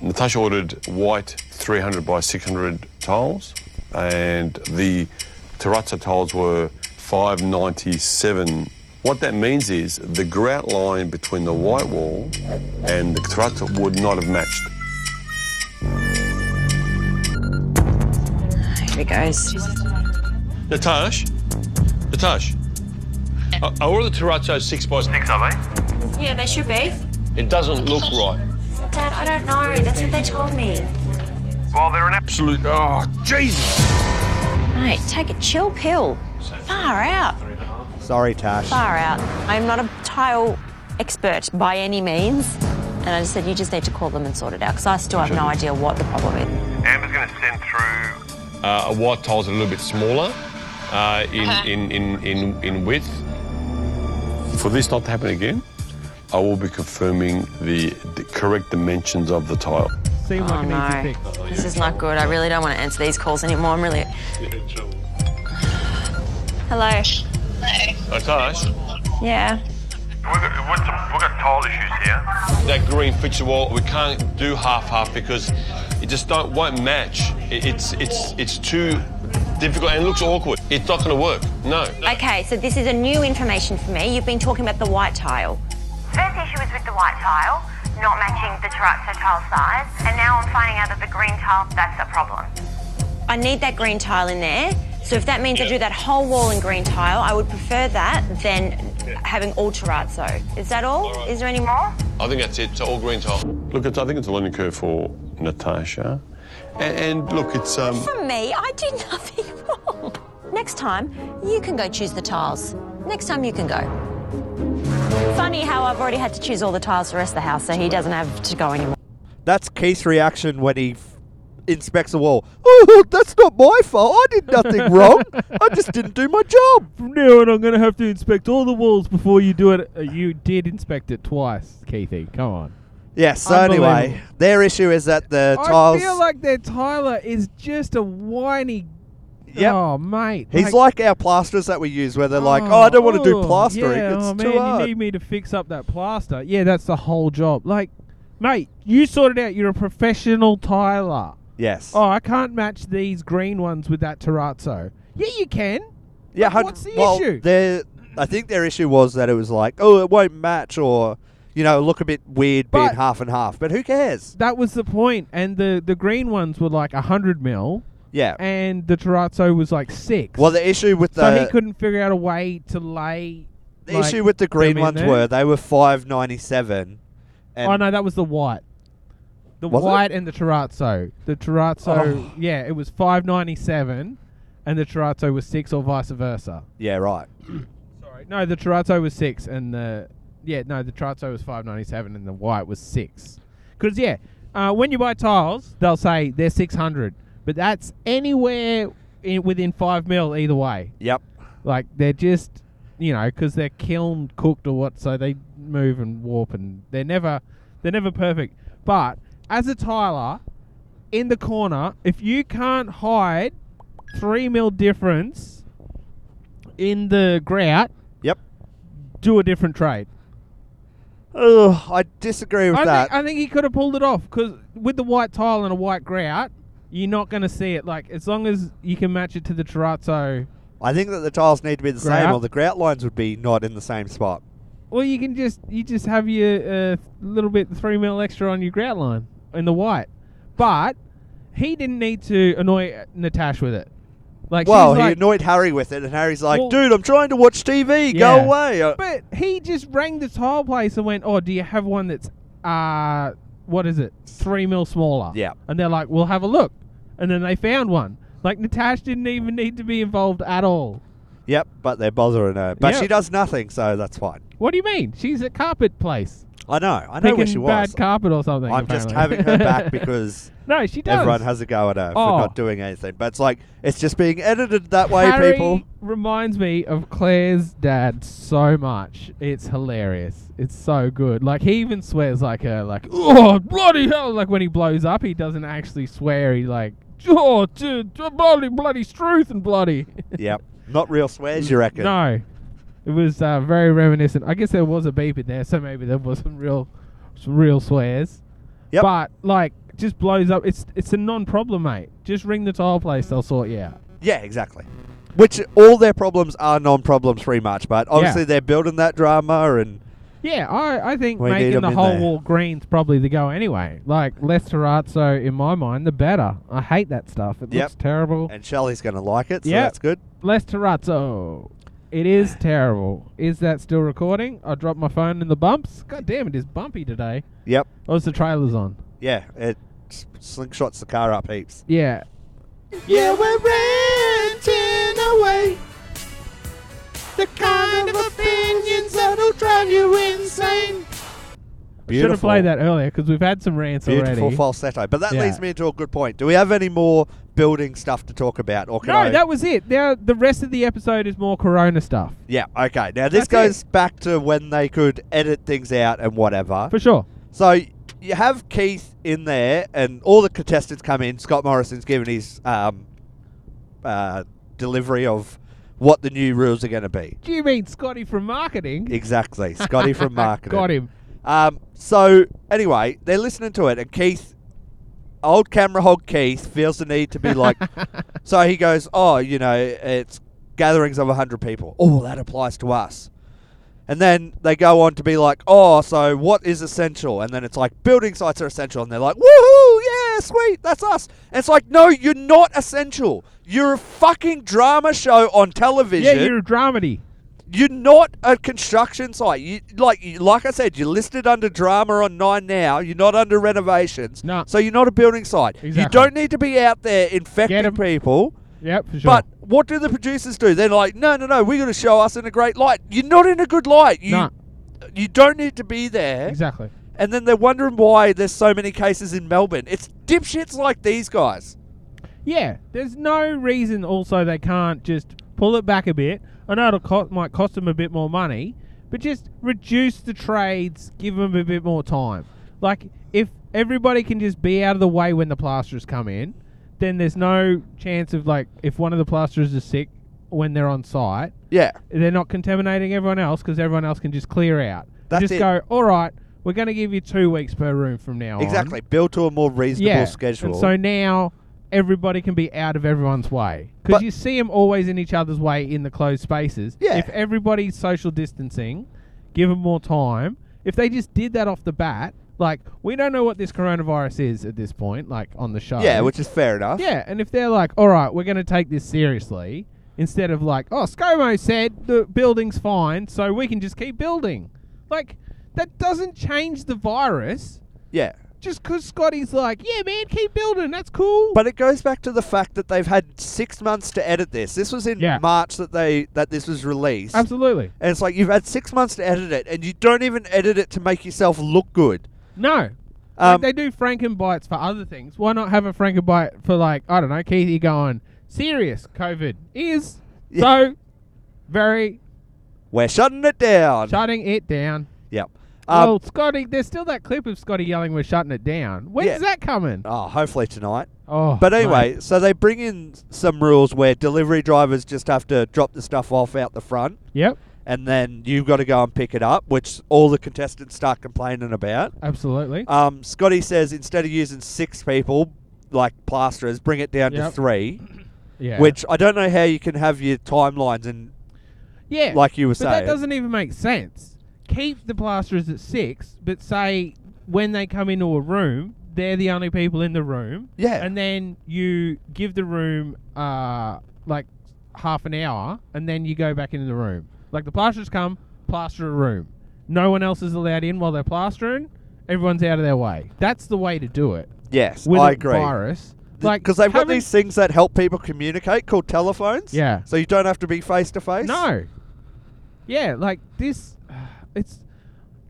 Speaker 6: Natasha ordered white 300 by 600 tiles, and the terrazzo tiles were 597. What that means is the grout line between the white wall and the terrazzo would not have matched.
Speaker 5: Here it goes.
Speaker 15: Natasha? Natasha? I, I ordered the terrazzo six by six, are they?
Speaker 5: Yeah, they should be.
Speaker 15: It doesn't look right.
Speaker 5: Dad, I don't know. That's what they told me.
Speaker 15: Well, they're an absolute. Oh, Jesus!
Speaker 5: Mate, take a chill pill. Far out.
Speaker 3: Sorry, Tash.
Speaker 5: Far out. I'm not a tile expert by any means. And I just said, you just need to call them and sort it out because I still have no idea what the problem is.
Speaker 15: Amber's going to send through. Uh, a white tile's a little bit smaller uh, in, in, in, in, in width.
Speaker 6: For this not to happen again, I will be confirming the, the correct dimensions of the tile.
Speaker 5: Seemed like an easy fix. Oh, This is not good. I really don't want to answer these calls anymore. I'm really. Hello.
Speaker 15: Natasha?
Speaker 5: Yeah.
Speaker 15: We've got, what's the- we've got tile issues here. That green fixture wall, we can't do half half because it just don't won't match. It, it's it's it's too difficult and it looks awkward. It's not going to work. No.
Speaker 5: Okay, so this is a new information for me. You've been talking about the white tile.
Speaker 16: First issue was with the white tile, not matching the terrazzo tile size, and now I'm finding out that the green tile, that's a problem.
Speaker 5: I need that green tile in there. So if that means I do that whole wall in green tile, I would prefer that than having all terrazzo. Is that all? Is there any more?
Speaker 6: I think that's it. It's all green tile. Look, it's, I think it's a learning curve for Natasha. And, and look, it's um,
Speaker 5: For me, I did nothing [laughs] wrong. Next time, you can go choose the tiles. Next time, you can go. Funny how I've already had to choose all the tiles for the rest of the house, so he doesn't have to go anymore.
Speaker 3: That's Keith's reaction when he f- inspects a wall. Oh, [laughs] that's not my fault. I did
Speaker 4: [laughs]
Speaker 3: nothing wrong. I just didn't do my job.
Speaker 4: From now on, I'm going to have to inspect all the walls before you do it. Uh, You did inspect it twice, Keithy. Come on.
Speaker 3: Yeah, so anyway,
Speaker 4: Unbelievable.
Speaker 3: their issue is that the tiles.
Speaker 4: I feel like that Tyler is just a whiny.
Speaker 3: Yep.
Speaker 4: Oh, mate.
Speaker 3: He's like, our plasters that we use, where they're like, "Oh, I don't want to do
Speaker 4: oh,
Speaker 3: plastering.
Speaker 4: yeah,
Speaker 3: it's
Speaker 4: oh,
Speaker 3: too
Speaker 4: man,
Speaker 3: hard."
Speaker 4: You need me to fix up that plaster. Yeah, that's the whole job. Like, mate, you sorted out. You're a professional Tyler.
Speaker 3: yes.
Speaker 4: Oh, I can't match these green ones with that terrazzo. Yeah, you can.
Speaker 3: yeah. hun-
Speaker 4: what's the
Speaker 3: well,
Speaker 4: issue?
Speaker 3: Their, I think their issue was that it was like, "Oh, it won't match," or you know, look a bit weird being
Speaker 4: But-
Speaker 3: half and half. But who cares?
Speaker 4: That was the point. And the the green ones were like hundred mil.
Speaker 3: Yeah.
Speaker 4: And the terrazzo was like six.
Speaker 3: Well, the issue with
Speaker 4: so
Speaker 3: the
Speaker 4: he couldn't figure out a way to lay.
Speaker 3: the issue with the green ones were they were five ninety seven.
Speaker 4: oh no, that was the white. The
Speaker 3: Was it?
Speaker 4: white and the terrazzo. The terrazzo,
Speaker 3: Oh.
Speaker 4: yeah, it was five ninety seven, and the terrazzo was six, or vice versa.
Speaker 3: Yeah, right.
Speaker 4: Sorry, no, the terrazzo was six, and the yeah, no, the terrazzo was five ninety seven, and the white was six. Because yeah, uh, when you buy tiles, they'll say they're six hundred, but that's anywhere in, within five mil either way.
Speaker 3: Yep.
Speaker 4: Like they're just, you know, because they're kiln cooked or what, so they move and warp, and they're never, they're never perfect. But as a tiler, in the corner, if you can't hide three mil difference in the grout,
Speaker 3: yep,
Speaker 4: do a different trade.
Speaker 3: Ugh, I disagree with
Speaker 4: I
Speaker 3: that.
Speaker 4: Think, I think he could have pulled it off because with the white tile and a white grout, you're not going to see it. Like as long as you can match it to the terrazzo.
Speaker 3: I think that the tiles need to be the same,
Speaker 4: Grout?
Speaker 3: or the grout lines would be not in the same spot.
Speaker 4: Well, you can just you just have your uh, little bit three mil extra on your grout line in the white, but he didn't need to annoy uh, Natasha with it. Like
Speaker 3: well,
Speaker 4: she's
Speaker 3: he
Speaker 4: like,
Speaker 3: annoyed Harry with it, and Harry's like,
Speaker 4: Well-
Speaker 3: "Dude, I'm trying to watch TV. Go
Speaker 4: Yeah.
Speaker 3: away." Uh,
Speaker 4: But he just rang the tile place and went, "Oh, do you have one that's uh, what is it, three mil smaller?"
Speaker 3: Yeah.
Speaker 4: And they're like, "We'll have a look," and then they found one. Like Natasha didn't even need to be involved at all.
Speaker 3: yep, but they're bothering her, but
Speaker 4: Yep.
Speaker 3: she does nothing, so that's fine.
Speaker 4: What do you mean? She's a carpet place.
Speaker 3: I know. I know where
Speaker 4: Picking
Speaker 3: she was.
Speaker 4: bad carpet or something.
Speaker 3: I'm just
Speaker 4: apparently.
Speaker 3: having her
Speaker 4: [laughs]
Speaker 3: back because
Speaker 4: no, she does.
Speaker 3: everyone has a go at her for
Speaker 4: Oh.
Speaker 3: not doing anything. But it's like it's just being edited that way,
Speaker 4: Harry
Speaker 3: people.
Speaker 4: reminds me of Claire's dad so much. It's hilarious. It's so good. Like he even swears like her, like oh bloody hell! Like when he blows up, he doesn't actually swear. He like oh dude, bloody bloody struth and bloody.
Speaker 3: Yep, not real swears, you reckon?
Speaker 4: No, it was uh, very reminiscent. I guess there was a beep in there, so maybe there was some real, some real swears.
Speaker 3: Yep.
Speaker 4: But like just blows up. It's it's a non-problem, mate. Just ring the tile place; they'll sort you out.
Speaker 3: Yeah, exactly. Which all their problems are non-problems pretty much, but obviously they're building that drama and
Speaker 4: Yeah, I, I think
Speaker 3: We need
Speaker 4: making
Speaker 3: 'em
Speaker 4: the
Speaker 3: in
Speaker 4: whole
Speaker 3: there.
Speaker 4: wall green's probably the go anyway. Like less terrazzo in my mind, the better. I hate that stuff. It
Speaker 3: Yep.
Speaker 4: looks terrible.
Speaker 3: and Shelley's going to like it, so
Speaker 4: Yeah.
Speaker 3: that's good.
Speaker 4: Less terrazzo. It
Speaker 3: [sighs]
Speaker 4: is terrible. Is that still recording? I dropped my phone in the bumps. God damn, it is bumpy today.
Speaker 3: Yep.
Speaker 4: Oh, it's the trailer's on.
Speaker 3: Yeah, it s- slingshots the car up heaps.
Speaker 4: Yeah.
Speaker 2: Yeah, we're ranting away. The kind of opinions that'll drive you insane.
Speaker 4: Should have played that earlier because we've had some rants already.
Speaker 3: Beautiful falsetto. But that
Speaker 4: Yeah.
Speaker 3: leads me into a good point. Do we have any more building stuff to talk about, or can
Speaker 4: No,
Speaker 3: I?
Speaker 4: that was it. Now the rest of the episode is more Corona stuff.
Speaker 3: Yeah, okay. Now this goes back to when they could edit things out and whatever.
Speaker 4: For sure.
Speaker 3: So you have Keith in there, and all the contestants come in. Scott Morrison's given his um, uh, delivery of what the new rules are going to be.
Speaker 4: Do you mean Scotty from marketing?
Speaker 3: [laughs] Exactly. Scotty from marketing.
Speaker 4: [laughs] Got him.
Speaker 3: Um, so anyway, they're listening to it, and Keith, old camera hog Keith, feels the need to be
Speaker 4: [laughs]
Speaker 3: like. so he goes, "Oh, you know, it's gatherings of hundred people. Oh, that applies to us." And then they go on to be like, "Oh, so what is essential?" And then it's like building sites are essential, and they're like, "Woohoo! Yeah, sweet, that's us." And it's like, no, you're not essential. You're a fucking drama show on television.
Speaker 4: Yeah, you're a dramedy.
Speaker 3: You're not a construction site. You like you, like I said, you're listed under drama on Nine Now. You're not under renovations. No. So you're not a building site. You
Speaker 4: Exactly.
Speaker 3: don't need to be out there infecting people.
Speaker 4: Yep, for sure.
Speaker 3: But what do the producers do? They're like, no, no, no. We're going to show us in a great light. You're not in a good light. You,
Speaker 4: No.
Speaker 3: You don't need to be there.
Speaker 4: Exactly.
Speaker 3: And then they're wondering why there's so many cases in Melbourne. It's dipshits like these guys.
Speaker 4: Yeah, there's no reason. Also, they can't just pull it back a bit. I know it'll co- might cost them a bit more money, but just reduce the trades, give them a bit more time. Like if everybody can just be out of the way when the plasterers come in, then there's no chance of like if one of the plasterers is sick when they're on site.
Speaker 3: Yeah.
Speaker 4: they're not contaminating everyone else because everyone else can just clear out.
Speaker 3: That's
Speaker 4: just
Speaker 3: it.
Speaker 4: go. All right, we're going to give you two weeks per room from now on.
Speaker 3: Exactly. Build to a more reasonable schedule.
Speaker 4: And so now everybody can be out of everyone's way because you see them always in each other's way in the closed spaces. Yeah. If everybody's social distancing, give them more time. If they just did that off the bat, like we don't know what this coronavirus is at this point, like on the show.
Speaker 3: yeah, which is fair enough.
Speaker 4: Yeah, and if they're like, all right, we're going to take this seriously, instead of like, oh, ScoMo said the building's fine, so we can just keep building. Like, that doesn't change the virus.
Speaker 3: Yeah.
Speaker 4: Just because Scotty's like, yeah, man, keep building, that's cool.
Speaker 3: But it goes back to the fact that they've had six months to edit this. This was in
Speaker 4: Yeah.
Speaker 3: March that they that this was released.
Speaker 4: Absolutely.
Speaker 3: And it's like you've had six months to edit it, and you don't even edit it to make yourself look good.
Speaker 4: No.
Speaker 3: Um,
Speaker 4: like they do frankenbites for other things. Why not have a frankenbite for like I don't know, Keithy going serious COVID is so very
Speaker 3: We're shutting it down.
Speaker 4: shutting it down.
Speaker 3: Yep. Um,
Speaker 4: well, Scotty, there's still that clip of Scotty yelling, "We're shutting it down." When's
Speaker 3: Yeah.
Speaker 4: that coming?
Speaker 3: Oh, hopefully tonight.
Speaker 4: Oh,
Speaker 3: but anyway,
Speaker 4: mate.
Speaker 3: so they bring in some rules where delivery drivers just have to drop the stuff off out the front.
Speaker 4: Yep.
Speaker 3: And then you've got to go and pick it up, which all the contestants start complaining about.
Speaker 4: Absolutely.
Speaker 3: Um, Scotty says instead of using six people like plasterers, bring it down
Speaker 4: Yep.
Speaker 3: to three.
Speaker 4: Yeah.
Speaker 3: Which I don't know how you can have your timelines and
Speaker 4: yeah,
Speaker 3: like you were
Speaker 4: but
Speaker 3: saying.
Speaker 4: that doesn't even make sense. Keep the plasterers at six, but say when they come into a room, they're the only people in the room.
Speaker 3: Yeah.
Speaker 4: and then you give the room uh like half an hour, and then you go back into the room. Like the plasterers come, plaster a room. No one else is allowed in while they're plastering. Everyone's out of their way. That's the way to do it.
Speaker 3: Yes,
Speaker 4: with
Speaker 3: I
Speaker 4: a
Speaker 3: agree.
Speaker 4: Virus, like
Speaker 3: because they've got
Speaker 4: having-
Speaker 3: these things that help people communicate called telephones.
Speaker 4: Yeah.
Speaker 3: So you don't have to be face to face.
Speaker 4: No. Yeah, like this. [sighs] It's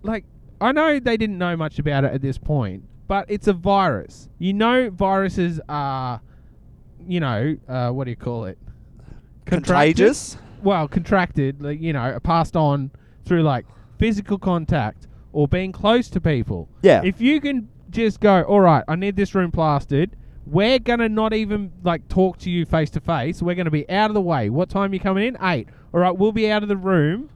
Speaker 4: like I know they didn't know much about it at this point, but it's a virus. You know, viruses are, you know, uh, what do you call it? Contracted-
Speaker 3: Contagious?
Speaker 4: Well, contracted, like, you know, are passed on through like physical contact or being close to people.
Speaker 3: Yeah.
Speaker 4: If you can just go, all right, I need this room plastered. We're gonna not even like talk to you face to face. We're gonna be out of the way. What time you coming in? Eight. All right, we'll be out of the room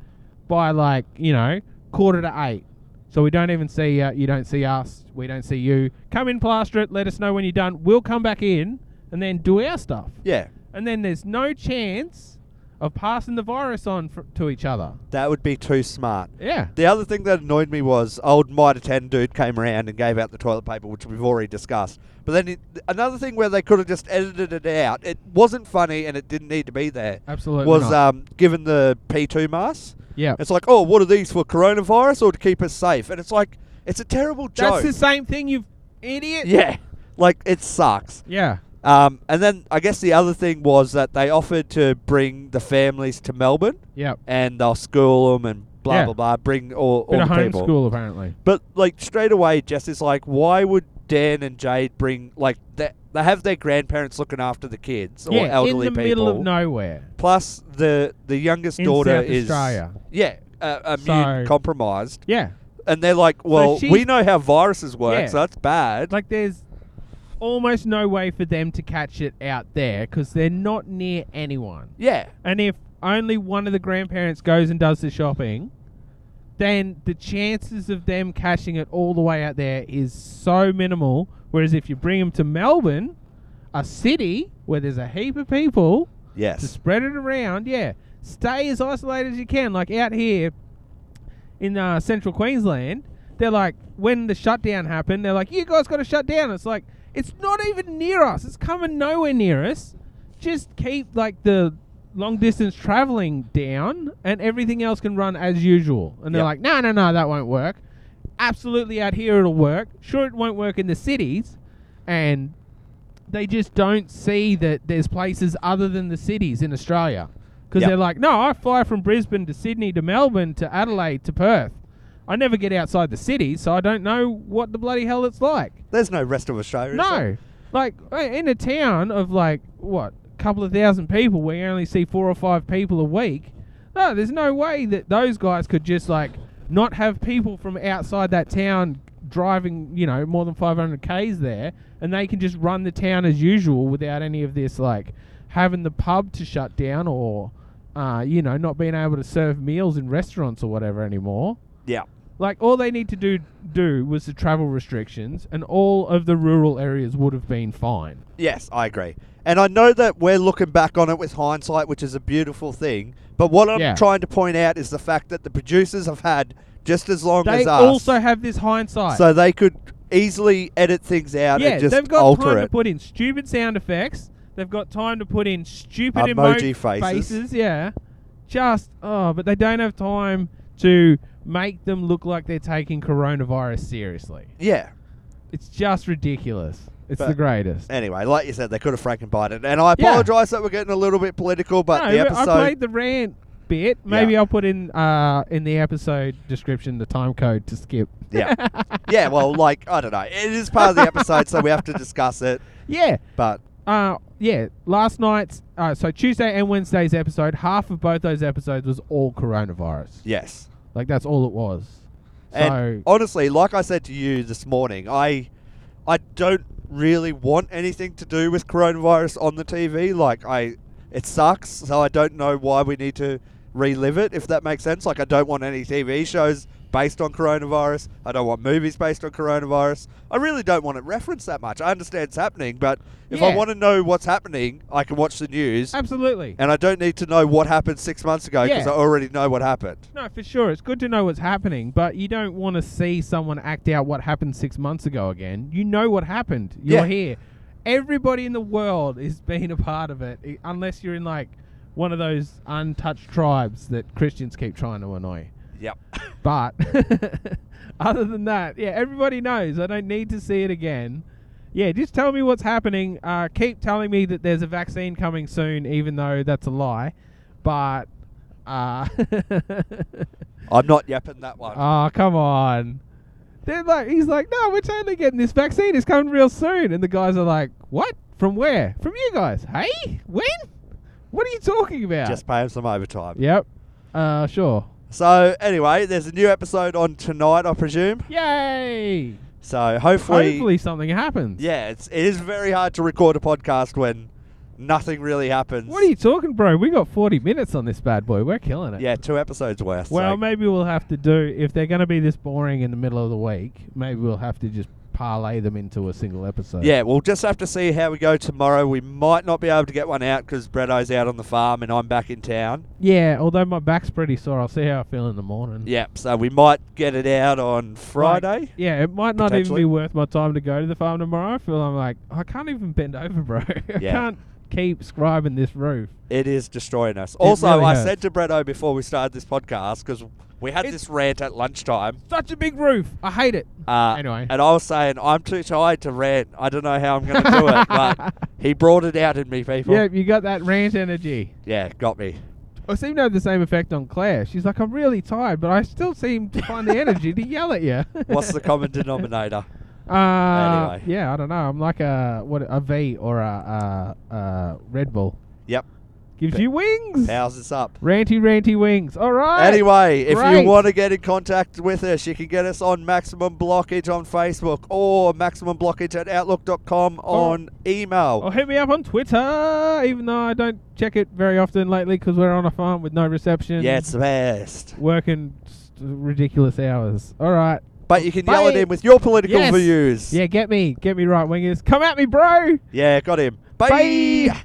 Speaker 4: by like you know quarter to eight. So we don't even see uh, you. Don't see us. We don't see you. Come in, plaster it. Let us know when you're done. We'll come back in and then do our stuff.
Speaker 3: Yeah.
Speaker 4: And then there's no chance of passing the virus on fr- to each other.
Speaker 3: That would be too smart.
Speaker 4: Yeah.
Speaker 3: The other thing that annoyed me was old Mitre 10 dude came around and gave out the toilet paper, which we've already discussed. But then it, another thing where they could have just edited it out, it wasn't funny and it didn't need to be there.
Speaker 4: Absolutely
Speaker 3: Was
Speaker 4: not.
Speaker 3: um, given the P2 masks.
Speaker 4: Yeah.
Speaker 3: It's like, oh, what are these for coronavirus or to keep us safe? And it's like, it's a terrible joke.
Speaker 4: That's the same thing, you idiot.
Speaker 3: yeah. Like, it sucks.
Speaker 4: Yeah.
Speaker 3: Um, and then I guess the other thing was that they offered to bring the families to Melbourne.
Speaker 4: Yep.
Speaker 3: And they'll school them and blah
Speaker 4: Yeah.
Speaker 3: blah blah. Bring all, all
Speaker 4: Bit of
Speaker 3: the people.
Speaker 4: homeschool apparently.
Speaker 3: But like straight away, Jess is like, why would Dan and Jade bring like they, they have their grandparents looking after the kids or
Speaker 4: yeah,
Speaker 3: elderly
Speaker 4: in the
Speaker 3: people?
Speaker 4: middle of nowhere.
Speaker 3: Plus the the youngest
Speaker 4: In
Speaker 3: daughter
Speaker 4: South
Speaker 3: is
Speaker 4: Australia.
Speaker 3: yeah uh,
Speaker 4: So-
Speaker 3: immune compromised.
Speaker 4: Yeah.
Speaker 3: And they're like, well,
Speaker 4: she-
Speaker 3: we know how viruses work,
Speaker 4: Yeah.
Speaker 3: so that's bad.
Speaker 4: Like there's almost no way for them to catch it out there because they're not near anyone.
Speaker 3: Yeah.
Speaker 4: And if only one of the grandparents goes and does the shopping, then the chances of them catching it all the way out there is so minimal. Whereas if you bring them to Melbourne, a city where there's a heap of people,
Speaker 3: Yes.
Speaker 4: to spread it around, yeah, stay as isolated as you can. Like out here in uh, central Queensland, they're like, when the shutdown happened, they're like, you guys got to shut down. It's like, it's not even near us. It's coming nowhere near us. Just keep like the long distance traveling down, and everything else can run as usual. And they're
Speaker 2: Yep.
Speaker 4: like, no, no, no, that won't work. Absolutely out here it'll work. Sure, it won't work in the cities, and they just don't see that there's places other than the cities in Australia. Because
Speaker 2: Yep.
Speaker 4: they're like, no, I fly from Brisbane to Sydney to Melbourne to Adelaide to Perth. I never get outside the city, so I don't know what the bloody hell it's like.
Speaker 3: There's no rest of Australia. is
Speaker 4: No.
Speaker 3: there?
Speaker 4: Like, uh, in a town of like, what, a couple of thousand people where you only see four or five people a week, no, there's no way that those guys could just like not have people from outside that town driving, you know, more than 500 Ks there and they can just run the town as usual without any of this like having the pub to shut down or, uh, you know, not being able to serve meals in restaurants or whatever anymore.
Speaker 3: Yeah.
Speaker 4: Like all they need to do do was the travel restrictions, and all of the rural areas would have been fine.
Speaker 3: Yes, I agree. And I know that we're looking back on it with hindsight, which is a beautiful thing. But what I'm
Speaker 4: Yeah.
Speaker 3: trying to point out is the fact that the producers have had just as long
Speaker 4: They
Speaker 3: as us,
Speaker 4: also have this hindsight.
Speaker 3: so they could easily edit things out
Speaker 4: yeah,
Speaker 3: and just
Speaker 4: they've got
Speaker 3: alter
Speaker 4: time
Speaker 3: it.
Speaker 4: to put in stupid sound effects. They've got time to put in stupid
Speaker 3: Emoji
Speaker 4: emoji
Speaker 3: faces.
Speaker 4: Yeah, just oh, but they don't have time to make them look like they're taking coronavirus seriously.
Speaker 3: Yeah.
Speaker 4: it's just ridiculous. It's
Speaker 3: But
Speaker 4: the greatest.
Speaker 3: Anyway, like you said, they could have franken bite it. And I
Speaker 4: Yeah.
Speaker 3: apologise that we're getting a little bit political, but
Speaker 4: No,
Speaker 3: the
Speaker 4: but
Speaker 3: episode
Speaker 4: I played the rant bit. Maybe I'll put in uh, in the episode description the time code to skip. [laughs]
Speaker 3: Yeah. yeah, well, like I don't know. It is part of the episode, so we have to discuss
Speaker 4: [laughs]
Speaker 3: it.
Speaker 4: Yeah.
Speaker 3: But
Speaker 4: Uh, yeah, last night's, uh, so Tuesday and Wednesday's episode, half of both those episodes was all coronavirus.
Speaker 3: yes.
Speaker 4: Like, that's all it was. So,
Speaker 3: And honestly, like I said to you this morning, I I don't really want anything to do with coronavirus on the TV. Like I it sucks, so I don't know why we need to relive it if that makes sense. Like I don't want any TV shows based on coronavirus. I don't want movies based on coronavirus. I really don't want it referenced that much. I understand it's happening, but if I
Speaker 4: Yeah.
Speaker 3: want to know what's happening, I can watch the news.
Speaker 4: absolutely.
Speaker 3: And I don't need to know what happened 6 months ago because
Speaker 4: Yeah.
Speaker 3: I already know what happened.
Speaker 4: No, for sure. It's good to know what's happening, but you don't want to see someone act out what happened six months ago again. You know what happened. You're
Speaker 3: Yeah.
Speaker 4: here. Everybody in the world is [laughs] being a part of it, i- unless you're in like one of those untouched tribes that Christians keep trying to annoy.
Speaker 3: Yep.
Speaker 4: But [laughs] other than that, yeah, everybody knows. I don't need to see it again. Yeah, just tell me what's happening. Uh, keep telling me that there's a vaccine coming soon, even though that's a lie. But uh, [laughs]
Speaker 3: I'm not yapping that one.
Speaker 4: oh, come on. They're like, he's like, no, we're totally getting this vaccine. It's coming real soon. And the guys are like, what? From where? From you guys? Hey, when? What are you talking about?
Speaker 3: Just pay him some overtime.
Speaker 4: yep. Uh, sure.
Speaker 3: So anyway, there's a new episode on tonight, I presume.
Speaker 4: Yay!
Speaker 3: So hopefully,
Speaker 4: Hopefully something happens.
Speaker 3: yeah, it's it is very hard to record a podcast when Nothing really happens.
Speaker 4: What are you talking, bro? We got 40 minutes on this bad boy. We're killing it.
Speaker 3: Yeah, two episodes worth.
Speaker 4: Well,
Speaker 3: so-
Speaker 4: maybe we'll have to do if they're going to be this boring in the middle of the week. Maybe we'll have to just parlay them into a single episode.
Speaker 3: Yeah, we'll just have to see how we go tomorrow. We might not be able to get one out because Bretto's out on the farm and I'm back in town.
Speaker 4: Yeah. Although my back's pretty sore, I'll see how I feel in the morning.
Speaker 3: Yep, so we might get it out on Friday.
Speaker 4: Like, yeah, it might not even
Speaker 3: Potentially.
Speaker 4: be worth my time to go to the farm tomorrow. I feel I'm like I can't even bend over, bro. [laughs] I
Speaker 3: Yeah.
Speaker 4: can't keep scribing this roof.
Speaker 3: It is destroying us. Also,
Speaker 4: really
Speaker 3: I
Speaker 4: has.
Speaker 3: said to Bretto before we started this podcast because we had this rant at lunchtime.
Speaker 4: Such a big roof. I hate it.
Speaker 3: Uh,
Speaker 4: Anyway.
Speaker 3: And I was saying, I'm too tired to rant. I don't know how I'm going to do it,
Speaker 4: [laughs]
Speaker 3: but he brought it out in me, people.
Speaker 4: Yeah, you got that rant energy.
Speaker 3: Yeah, got me.
Speaker 4: I seem to have the same effect on Claire. She's like, I'm really tired, but I still seem
Speaker 3: [laughs]
Speaker 4: to find the energy to yell at you.
Speaker 3: What's the common denominator?
Speaker 4: [laughs] Uh,
Speaker 3: Anyway.
Speaker 4: Yeah, I don't know. I'm like a what a V or a, uh uh Red Bull.
Speaker 3: [laughs] Yep.
Speaker 4: Gives you wings.
Speaker 3: How's this up?
Speaker 4: Ranty, ranty wings. All right.
Speaker 3: Anyway, if
Speaker 4: Great.
Speaker 3: you want to get in contact with us, you can get us on Maximum Blockage on Facebook or Maximum Blockage at Outlook.com
Speaker 4: Oh.
Speaker 3: on email.
Speaker 4: Or hit me up on Twitter, even though I don't check it very often lately because we're on a farm with no reception.
Speaker 3: Yeah, it's the best.
Speaker 4: Working s- ridiculous hours. All right.
Speaker 3: But you can yell at
Speaker 4: Bye.
Speaker 3: him with your political
Speaker 4: Yes.
Speaker 3: views.
Speaker 4: Yeah, get me. Get me right wingers. Come at me, bro.
Speaker 3: Yeah, got him. Bye.
Speaker 4: Bye.